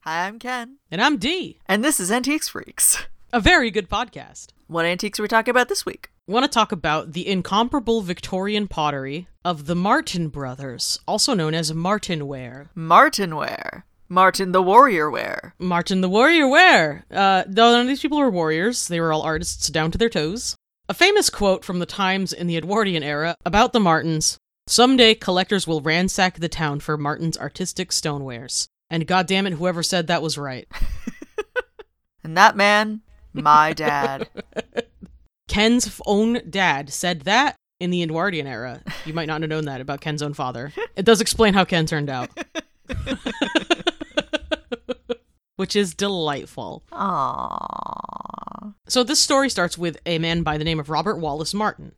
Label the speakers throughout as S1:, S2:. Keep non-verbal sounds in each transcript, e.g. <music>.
S1: Hi, I'm Ken.
S2: And I'm D,
S1: And this is Antiques Freaks.
S2: a very good podcast.
S1: What antiques are we talking about this week?
S2: Want to talk about the incomparable Victorian pottery of the Martin brothers, also known as Martin ware.
S1: Martin ware. Martin the warrior ware.
S2: Martin the warrior ware. Uh, though none of these people were warriors, they were all artists down to their toes. A famous quote from the times in the Edwardian era about the Martins: "Someday collectors will ransack the town for Martin's artistic stonewares." And goddamn it, whoever said that was right.
S1: And that man, my dad.
S2: Ken's f- own dad said that in the Edwardian era. You might not have known that about Ken's own father. It does explain how Ken turned out. <laughs> Which is delightful.
S1: Aww.
S2: So, this story starts with a man by the name of Robert Wallace Martin,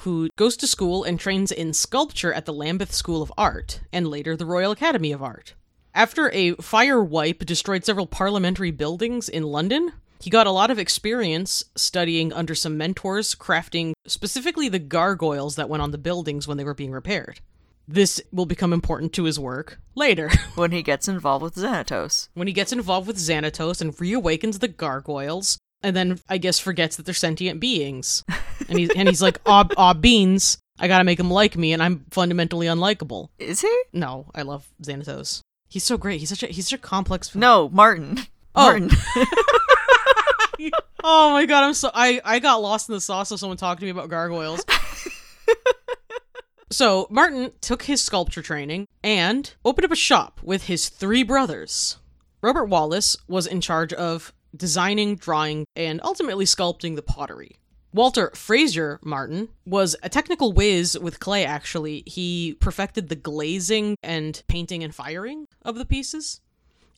S2: who goes to school and trains in sculpture at the Lambeth School of Art and later the Royal Academy of Art. After a fire wipe destroyed several parliamentary buildings in London, he got a lot of experience studying under some mentors, crafting specifically the gargoyles that went on the buildings when they were being repaired. This will become important to his work later. <laughs>
S1: When he gets involved with Xanatos.
S2: when he gets involved with Xanatos and reawakens the gargoyles, and then I guess forgets that they're sentient beings, and he's and he's like, <laughs> "Ah, ah, beans! I gotta make them like me, and I'm fundamentally unlikable."
S1: Is he?
S2: No, I love Xanatos. He's so great. He's such a he's such a complex.
S1: No, Martin.
S2: Oh.
S1: Martin.
S2: <laughs> oh my god, I'm so I I got lost in the sauce of someone talking to me about gargoyles. so Martin took his sculpture training and opened up a shop with his three brothers. Robert Wallace was in charge of designing, drawing, and ultimately sculpting the pottery. Walter Fraser Martin was a technical whiz with clay, actually. He perfected the glazing and painting and firing of the pieces.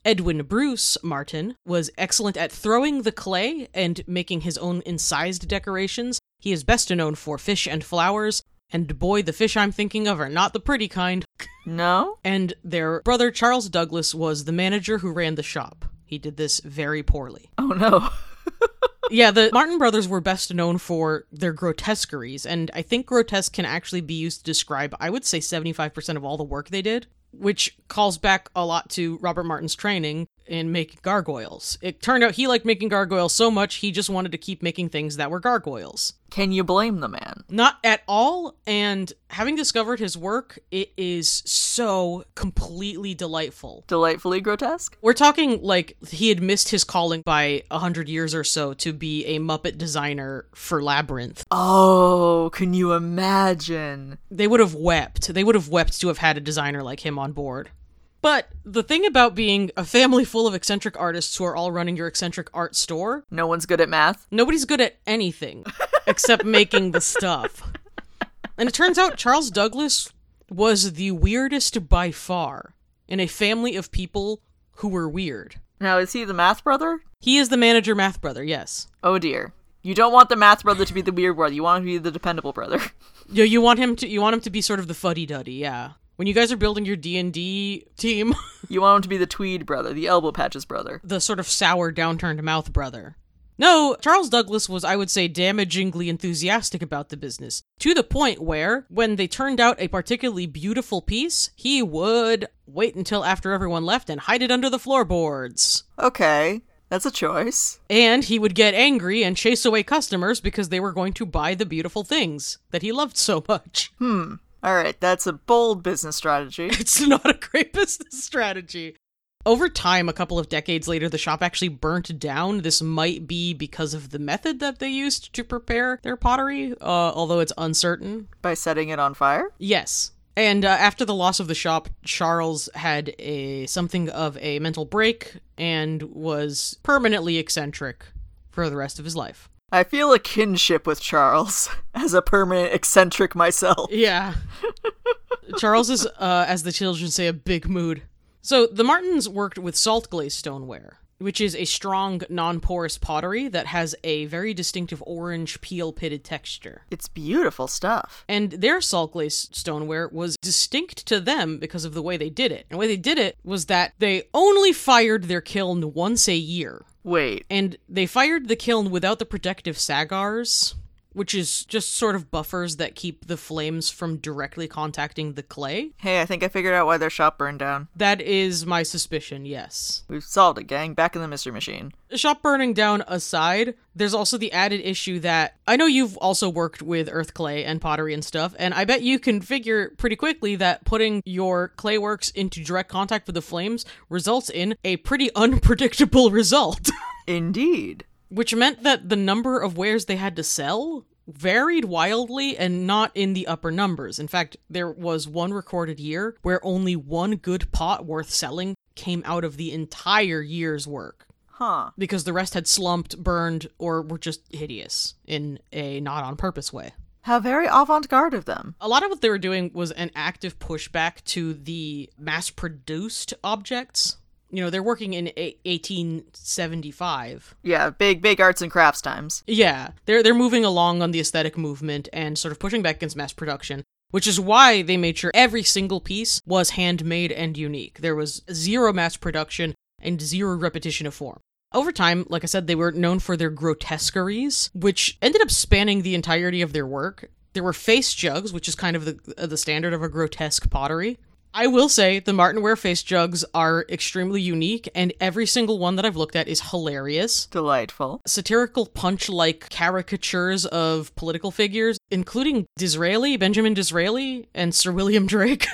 S2: Edwin Bruce Martin was excellent at throwing the clay and making his own incised decorations. He is best known for fish and flowers, and boy, the fish I'm thinking of are not the pretty kind.
S1: no?
S2: And their brother Charles Douglas was the manager who ran the shop. He did this very poorly.
S1: Oh no.
S2: Yeah, the Martin brothers were best known for their grotesqueries, and I think grotesque can actually be used to describe, I would say, 75% of all the work they did, which calls back a lot to Robert Martin's training in making gargoyles. It turned out he liked making gargoyles so much, he just wanted to keep making things that were gargoyles.
S1: Can you blame the man?
S2: Not at all, and having discovered his work, it is so completely delightful.
S1: Delightfully grotesque?
S2: We're talking like he had missed his calling by a hundred years or so to be a Muppet designer for Labyrinth.
S1: Oh, can you imagine?
S2: They would have wept. They would have wept to have had a designer like him on board. But the thing about being a family full of eccentric artists who are all running your eccentric art store,
S1: No one's good at math?
S2: nobody's good at anything except making the stuff. And it turns out Charles Douglas was the weirdest by far in a family of people who were weird.
S1: Now, is he the math brother?
S2: He is the manager math brother, yes.
S1: Oh dear. You don't want the math brother to be the weird brother. You want him to be the dependable brother.
S2: Yeah, you want him to you want him to be sort of the fuddy duddy, yeah. When you guys are building your D and D team, <laughs>
S1: You want him to be the tweed brother, the elbow patches brother.
S2: the sort of sour, downturned mouth brother. No, Charles Douglas was, I would say, damagingly enthusiastic about the business, to the point where, when they turned out a particularly beautiful piece, he would wait until after everyone left and hide it under the floorboards.
S1: Okay, that's a choice.
S2: And he would get angry and chase away customers because they were going to buy the beautiful things that he loved so much.
S1: All right, that's a bold business <laughs> strategy.
S2: <laughs> it's not a great business strategy. Over time, a couple of decades later, the shop actually burnt down. This might be because of the method that they used to prepare their pottery, uh, although it's uncertain.
S1: By setting it on fire?
S2: Yes. And uh, after the loss of the shop, Charles had a something of a mental break and was permanently eccentric for the rest of his life.
S1: I feel a kinship with Charles <laughs> as a permanent eccentric myself.
S2: Yeah. Charles is, uh, as the children say, a big mood. So the Martins worked with salt glazed stoneware, which is a strong, non porous pottery that has a very distinctive orange peel pitted texture.
S1: <laughs> It's beautiful stuff.
S2: And their salt glazed stoneware was distinct to them because of the way they did it. And the way they did it was that they only fired their kiln once a year.
S1: Wait,
S2: And they fired the kiln without the protective sagars, which is just sort of buffers that keep the flames from directly contacting the clay.
S1: Hey, I think I figured out why their shop burned down.
S2: That is my suspicion, yes.
S1: We've solved it, gang. Back in the mystery machine.
S2: Shop burning down aside, there's also the added issue that I know you've also worked with earth clay and pottery and stuff, and I bet you can figure pretty quickly that putting your clay works into direct contact with the flames results in a pretty <laughs> unpredictable result.
S1: Indeed.
S2: which meant that the number of wares they had to sell varied wildly and not in the upper numbers. In fact, there was one recorded year where only one good pot worth selling came out of the entire year's work
S1: Huh.
S2: because the rest had slumped, burned, or were just hideous in a not on purpose way.
S1: How very avant garde of them.
S2: A lot of what they were doing was an active pushback to the mass produced objects. You know, they're working in a- 1875.
S1: Yeah, big, big arts and crafts times.
S2: Yeah, they're they're moving along on the aesthetic movement and sort of pushing back against mass production, which is why they made sure every single piece was handmade and unique. There was zero mass production and zero repetition of form. Over time, like I said, they were known for their grotesqueries, which ended up spanning the entirety of their work. There were face jugs, which is kind of the uh, the standard of a grotesque pottery. I will say the Martin Ware face jugs are extremely unique, and every single one that I've looked at is hilarious
S1: Delightful.
S2: satirical punch like caricatures of political figures, including Disraeli, Benjamin Disraeli, and Sir William Drake.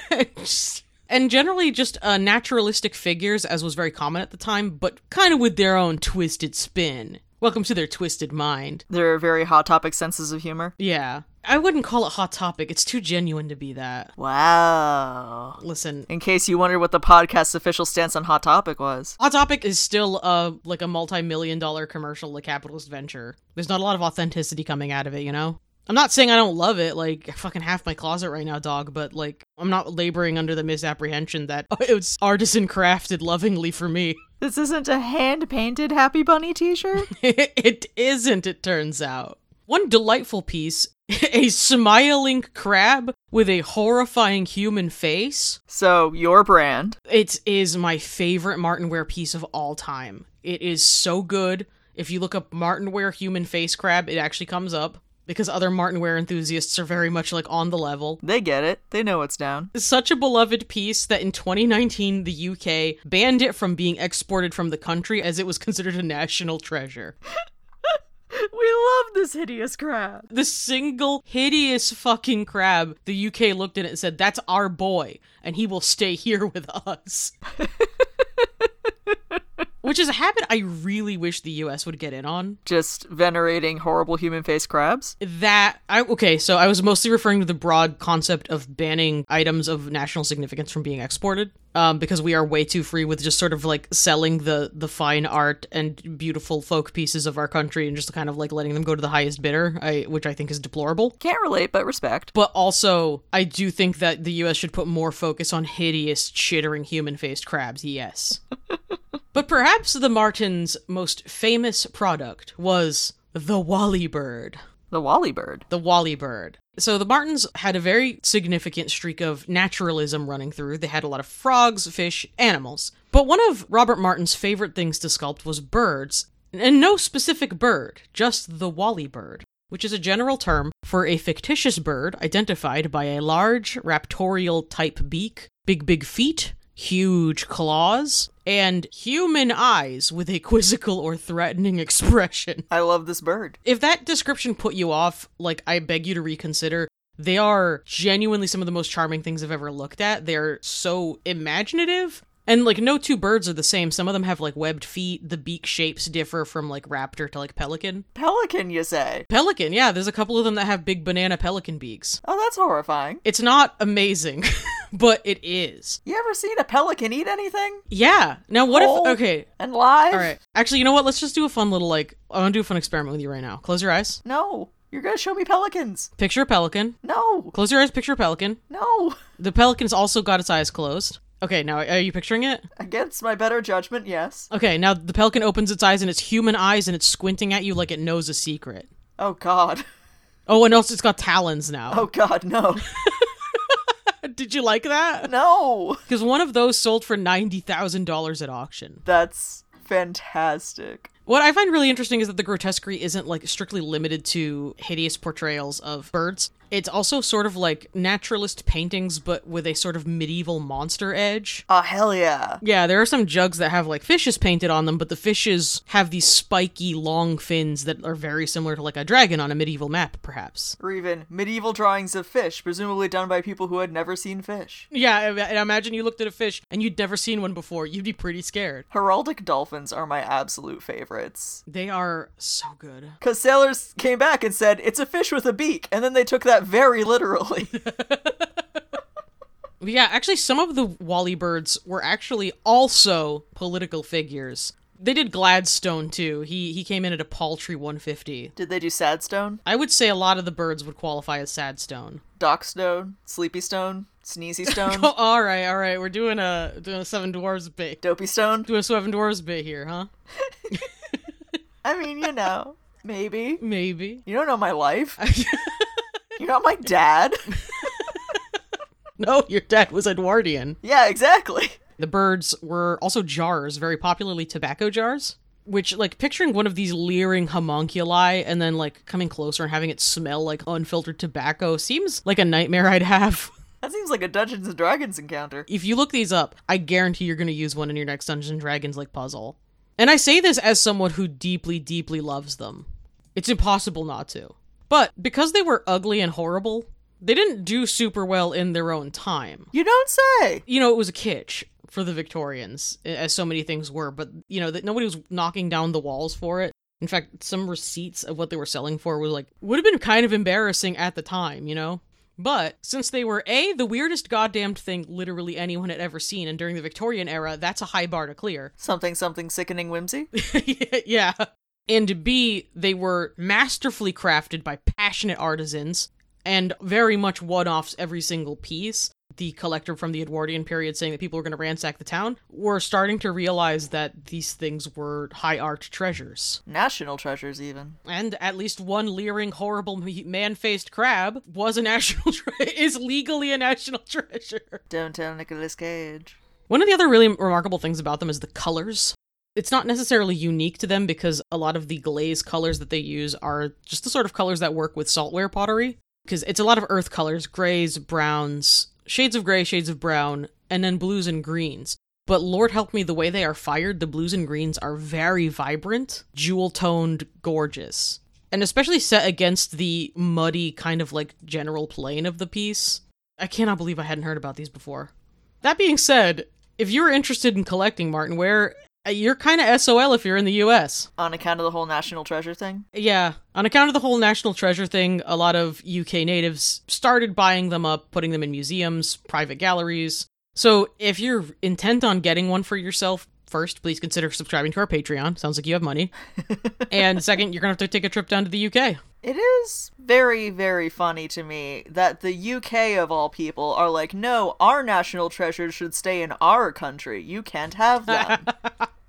S2: <laughs> and generally just uh, naturalistic figures, as was very common at the time, but kind of with their own twisted spin. Welcome to their twisted mind.
S1: There are very hot topic senses of humor.
S2: Yeah. I wouldn't call it Hot Topic. It's too genuine to be that.
S1: Wow.
S2: Listen,
S1: In case you wondered what the podcast's official stance on Hot Topic was.
S2: Hot Topic is still uh, like a multi-million dollar commercial, like capitalist venture. There's not a lot of authenticity coming out of it, you know. I'm not saying I don't love it, like I fucking half my closet right now, dog. But like, I'm not laboring under the misapprehension that <laughs> oh, it was artisan crafted lovingly for me. <laughs>
S1: This isn't a hand painted Happy Bunny t shirt? <laughs>
S2: it isn't. It turns out one delightful piece, <laughs> a smiling crab with a horrifying human face.
S1: so, your brand.
S2: It is my favorite Martin Ware piece of all time. It is so good. If you look up Martin Ware human face crab, it actually comes up because other Martin Ware enthusiasts are very much like on the level.
S1: They get it. They know it's down.
S2: It's such a beloved piece that in 2019 the UK banned it from being exported from the country as it was considered a national treasure.
S1: <laughs> We love this hideous crab.
S2: The single hideous fucking crab, the UK looked at it and said, "That's our boy, and he will stay here with us." Which is a habit I really wish the US would get in on.
S1: Just venerating horrible human face crabs?
S2: That I okay, so I was mostly referring to the broad concept of banning items of national significance from being exported, um, because we are way too free with just sort of like selling the the fine art and beautiful folk pieces of our country and just kind of like letting them go to the highest bidder, I, which I think is deplorable.
S1: Can't relate, but respect.
S2: But also, I do think that the US should put more focus on hideous, chittering human faced crabs, yes. but perhaps the Martin's most famous product was the Wally Bird.
S1: The Wally Bird.
S2: The Wally Bird. So the Martins had a very significant streak of naturalism running through. They had a lot of frogs, fish, animals. But one of Robert Martin's favorite things to sculpt was birds, and no specific bird, just the Wally Bird, which is a general term for a fictitious bird identified by a large raptorial type beak, big, big feet, huge claws, and human eyes with a <laughs> quizzical or threatening expression
S1: I love this bird.
S2: if that description put you off, like I beg you to reconsider. They are genuinely some of the most charming things I've ever looked at. They're so imaginative. And like no two birds are the same. Some of them have like webbed feet. The beak shapes differ from like raptor to like pelican.
S1: Pelican, you say?
S2: Pelican, yeah, there's a couple of them that have big banana pelican beaks.
S1: Oh, that's horrifying.
S2: It's not amazing, <laughs> but it is.
S1: You ever seen a pelican eat anything?
S2: Yeah. Now what
S1: Whole
S2: if okay,
S1: And live?
S2: all right. Actually, you know what? Let's just do a fun little like I want to do a fun experiment with you right now. Close your eyes.
S1: No. You're gonna show me pelicans.
S2: Picture a pelican.
S1: No.
S2: Close your eyes, picture a pelican.
S1: No. <laughs>
S2: The pelican's also got its eyes closed. Okay, now are you picturing it?
S1: Against my better judgment, yes.
S2: Okay, now the pelican opens its eyes and it's human eyes and it's squinting at you like it knows a secret.
S1: Oh god. <laughs>
S2: Oh, and also it's got talons now.
S1: Oh god, no.
S2: <laughs> Did you like that?
S1: no.
S2: Because one of those sold for $90,000 at auction.
S1: That's fantastic.
S2: What I find really interesting is that the grotesquerie isn't like strictly limited to hideous portrayals of birds. It's also sort of like naturalist paintings, but with a sort of medieval monster edge.
S1: Oh, hell yeah.
S2: Yeah, there are some jugs that have like fishes painted on them, but the fishes have these spiky long fins that are very similar to like a dragon on a medieval map, perhaps.
S1: Or even medieval drawings of fish, presumably done by people who had never seen fish.
S2: Yeah, I- and imagine you looked at a fish and you'd never seen one before. You'd be pretty scared.
S1: Heraldic dolphins are my absolute favorites.
S2: They are so good.
S1: Because sailors came back and said, it's a fish with a beak, and then they took that very literally.
S2: But yeah, actually, some of the Wally birds were actually also political figures. They did Gladstone too. He he came in at a paltry 150.
S1: Did they do Sadstone,
S2: I would say a lot of the birds would qualify as Sadstone. <laughs>
S1: Dockstone, Sleepystone, Sneezystone,
S2: Oh, all right, all right. We're doing a doing a Seven Dwarves bit.
S1: Dopystone?
S2: Doing a Seven Dwarves bit here, huh?
S1: I mean, you know, maybe.
S2: Maybe.
S1: You don't know my life. You're not my dad.
S2: <laughs>
S1: <laughs>
S2: No, your dad was Edwardian.
S1: Yeah, exactly.
S2: The birds were also jars, very popularly tobacco jars, which, like, picturing one of these leering homunculi and then, like, coming closer and having it smell like unfiltered tobacco seems like a nightmare I'd have. <laughs>
S1: That seems like a Dungeons and Dragons encounter.
S2: If you look these up, I guarantee you're going to use one in your next Dungeons and Dragons, like, puzzle. And I say this as someone who deeply, deeply loves them. It's impossible not to. But because they were ugly and horrible, they didn't do super well in their own time.
S1: You don't say.
S2: you know, it was a kitsch for the Victorians, as so many things were, but, you know, that nobody was knocking down the walls for it. In fact, some receipts of what they were selling for was like, would have been kind of embarrassing at the time, you know? But since they were A, the weirdest goddamned thing literally anyone had ever seen, and during the Victorian era, that's a high bar to clear.
S1: Something, something sickening whimsy.
S2: <laughs> yeah. And B, they were masterfully crafted by passionate artisans and very much one offs every single piece. The collector from the Edwardian period saying that people were going to ransack the town were starting to realize that these things were high art treasures.
S1: National treasures, even.
S2: And at least one leering, horrible <laughs> man faced crab was a national <laughs> tre- is legally a national <laughs> treasure.
S1: Don't tell Nicolas Cage.
S2: One of the other really remarkable things about them is the colors. It's not necessarily unique to them because a lot of the glaze colors that they use are just the sort of colors that work with saltware pottery. Because it's a lot of earth colors grays, browns, shades of gray, shades of brown, and then blues and greens. But Lord help me, the way they are fired, the blues and greens are very vibrant, jewel toned, gorgeous. And especially set against the muddy, kind of like general plane of the piece. I cannot believe I hadn't heard about these before. That being said, if you're interested in collecting Martin Ware, uh, you're kind of SOL if you're in the US.
S1: On account of the whole national treasure thing?
S2: Yeah, on account of the whole national treasure thing, a lot of UK natives started buying them up, putting them in museums, private galleries. So if you're intent on getting one for yourself, first, please consider subscribing to our Patreon. Sounds like you have money. and second, you're going to have to take a trip down to the UK.
S1: It is very, very funny to me that the UK, of all people, are like, no, our national treasures should stay in our country. You can't have them.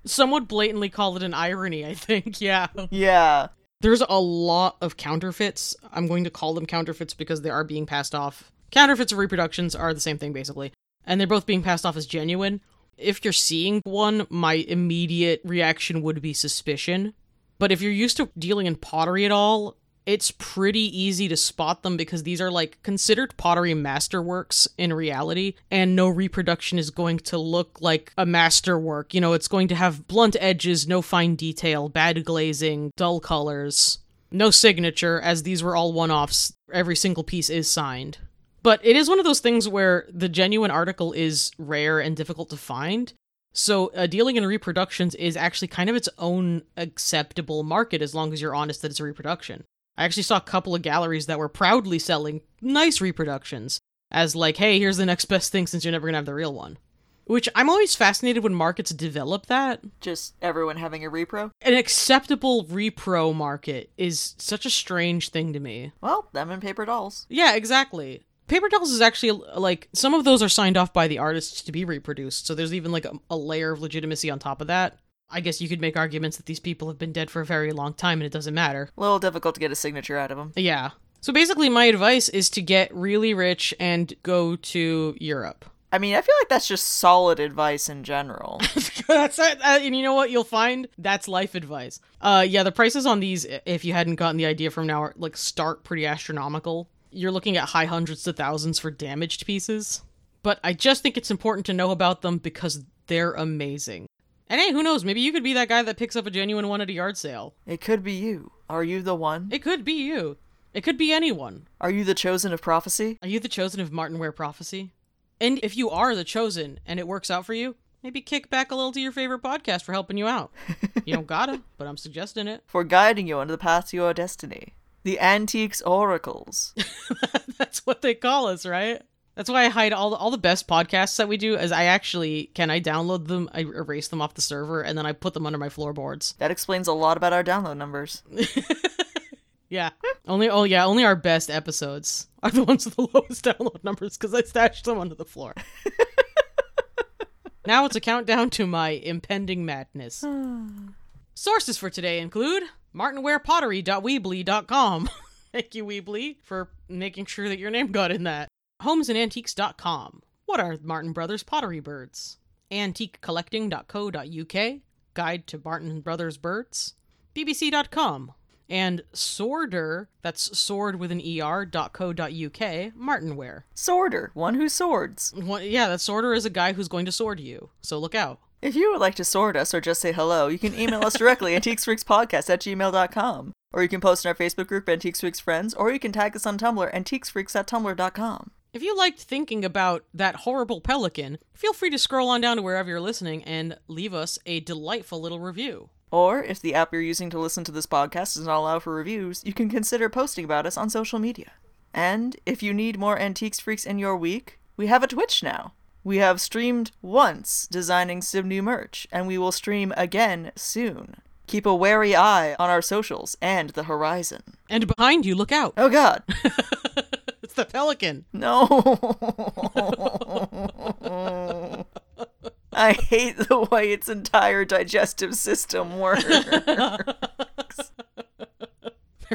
S2: Some would blatantly call it an irony, I think. Yeah.
S1: yeah.
S2: There's a lot of counterfeits. I'm going to call them counterfeits because they are being passed off. Counterfeits and reproductions are the same thing, basically. And they're both being passed off as genuine. If you're seeing one, my immediate reaction would be suspicion. But if you're used to dealing in pottery at all, it's pretty easy to spot them because these are like considered pottery masterworks in reality, and no reproduction is going to look like a masterwork. You know, it's going to have blunt edges, no fine detail, bad glazing, dull colors, no signature, as these were all one offs. Every single piece is signed. But it is one of those things where the genuine article is rare and difficult to find. So, uh, dealing in reproductions is actually kind of its own acceptable market as long as you're honest that it's a reproduction. I actually saw a couple of galleries that were proudly selling nice reproductions as, like, hey, here's the next best thing since you're never going to have the real one. Which I'm always fascinated when markets develop that.
S1: Just everyone having a repro?
S2: An acceptable repro market is such a strange thing to me.
S1: Well, them and paper dolls.
S2: Yeah, exactly. Paper dolls is actually like some of those are signed off by the artists to be reproduced, so there's even like a, a layer of legitimacy on top of that. I guess you could make arguments that these people have been dead for a very long time and it doesn't matter.
S1: A little difficult to get a signature out of them.
S2: Yeah. So basically, my advice is to get really rich and go to Europe.
S1: I mean, I feel like that's just solid advice in general.
S2: <laughs> that's uh, and you know what you'll find that's life advice. Uh, yeah, the prices on these, i- if you hadn't gotten the idea from now, are like start pretty astronomical. You're looking at high hundreds to thousands for damaged pieces. But I just think it's important to know about them because they're amazing. And hey, who knows? Maybe you could be that guy that picks up a genuine one at a yard sale.
S1: it could be you. Are you the one?
S2: It could be you. It could be anyone.
S1: Are you the chosen of prophecy?
S2: Are you the chosen of Martin Ware prophecy? And if you are the chosen and it works out for you, maybe kick back a little to your favorite podcast for helping you out. you don't gotta, but I'm suggesting it. <laughs>
S1: For guiding you on the path to your destiny. The Antiques Oracles.
S2: That's what they call us, right? That's why I hide all the, all the best podcasts that we do. Is I actually can I download them, I erase them off the server, and then I put them under my floorboards.
S1: that explains a lot about our download numbers.
S2: Yeah, only oh yeah, only our best episodes <laughs> are the ones with the lowest <laughs> download numbers because I stashed them under the floor. now it's a countdown to my impending madness. Sources for today include martinwarepottery.weebly.com. <laughs> Thank you, Weebly, for making sure that your name got in that. Homesandantiques.com. What are Martin Brothers pottery birds? Antiquecollecting.co.uk. Guide to Martin Brothers birds. BBC.com. And Sworder, that's sword with an ER, dot co dot UK, Martinware.
S1: Sworder, one who swords.
S2: What, yeah, that Sworder is a guy who's going to sword you, so look out.
S1: If you would like to sword us or just say hello, you can email us directly, antiquesfreakspodcast at gmail.com. Or you can post in our Facebook group, Antiques Freaks Friends, or you can tag us on Tumblr, antiquesfreaks.tumblr.com.
S2: If you liked thinking about that horrible pelican, feel free to scroll on down to wherever you're listening and leave us a delightful little review.
S1: Or, if the app you're using to listen to this podcast does not allow for reviews, you can consider posting about us on social media. And if you need more Antiques Freaks in your week, we have a Twitch now. We have streamed once designing some new merch, and we will stream again soon. Keep a wary eye on our socials and the horizon.
S2: And behind you, look out. <laughs>
S1: Oh god, <laughs>
S2: It's the pelican.
S1: no! <laughs> I hate the way its entire digestive system works.
S2: They're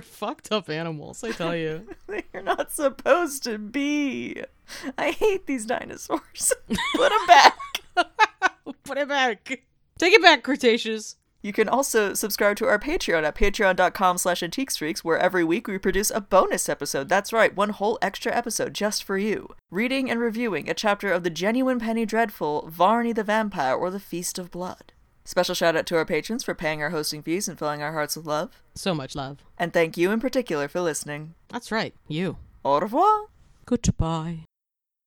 S2: fucked up animals, I tell you.
S1: <laughs> They're not supposed to be. I hate these dinosaurs. <laughs> Put them back.
S2: Put it back. Take it back, Cretaceous.
S1: You can also subscribe to our Patreon at patreon.com slash antiquesfreaks, where every week we produce a bonus episode. That's right, one whole extra episode just for you. Reading and reviewing a chapter of The Genuine Penny Dreadful, Varney the Vampire, or The Feast of Blood. Special shout out to our patrons for paying our hosting fees and filling our hearts with love.
S2: So much love.
S1: And thank you in particular for listening.
S2: That's right, you.
S1: Au revoir!
S2: Goodbye.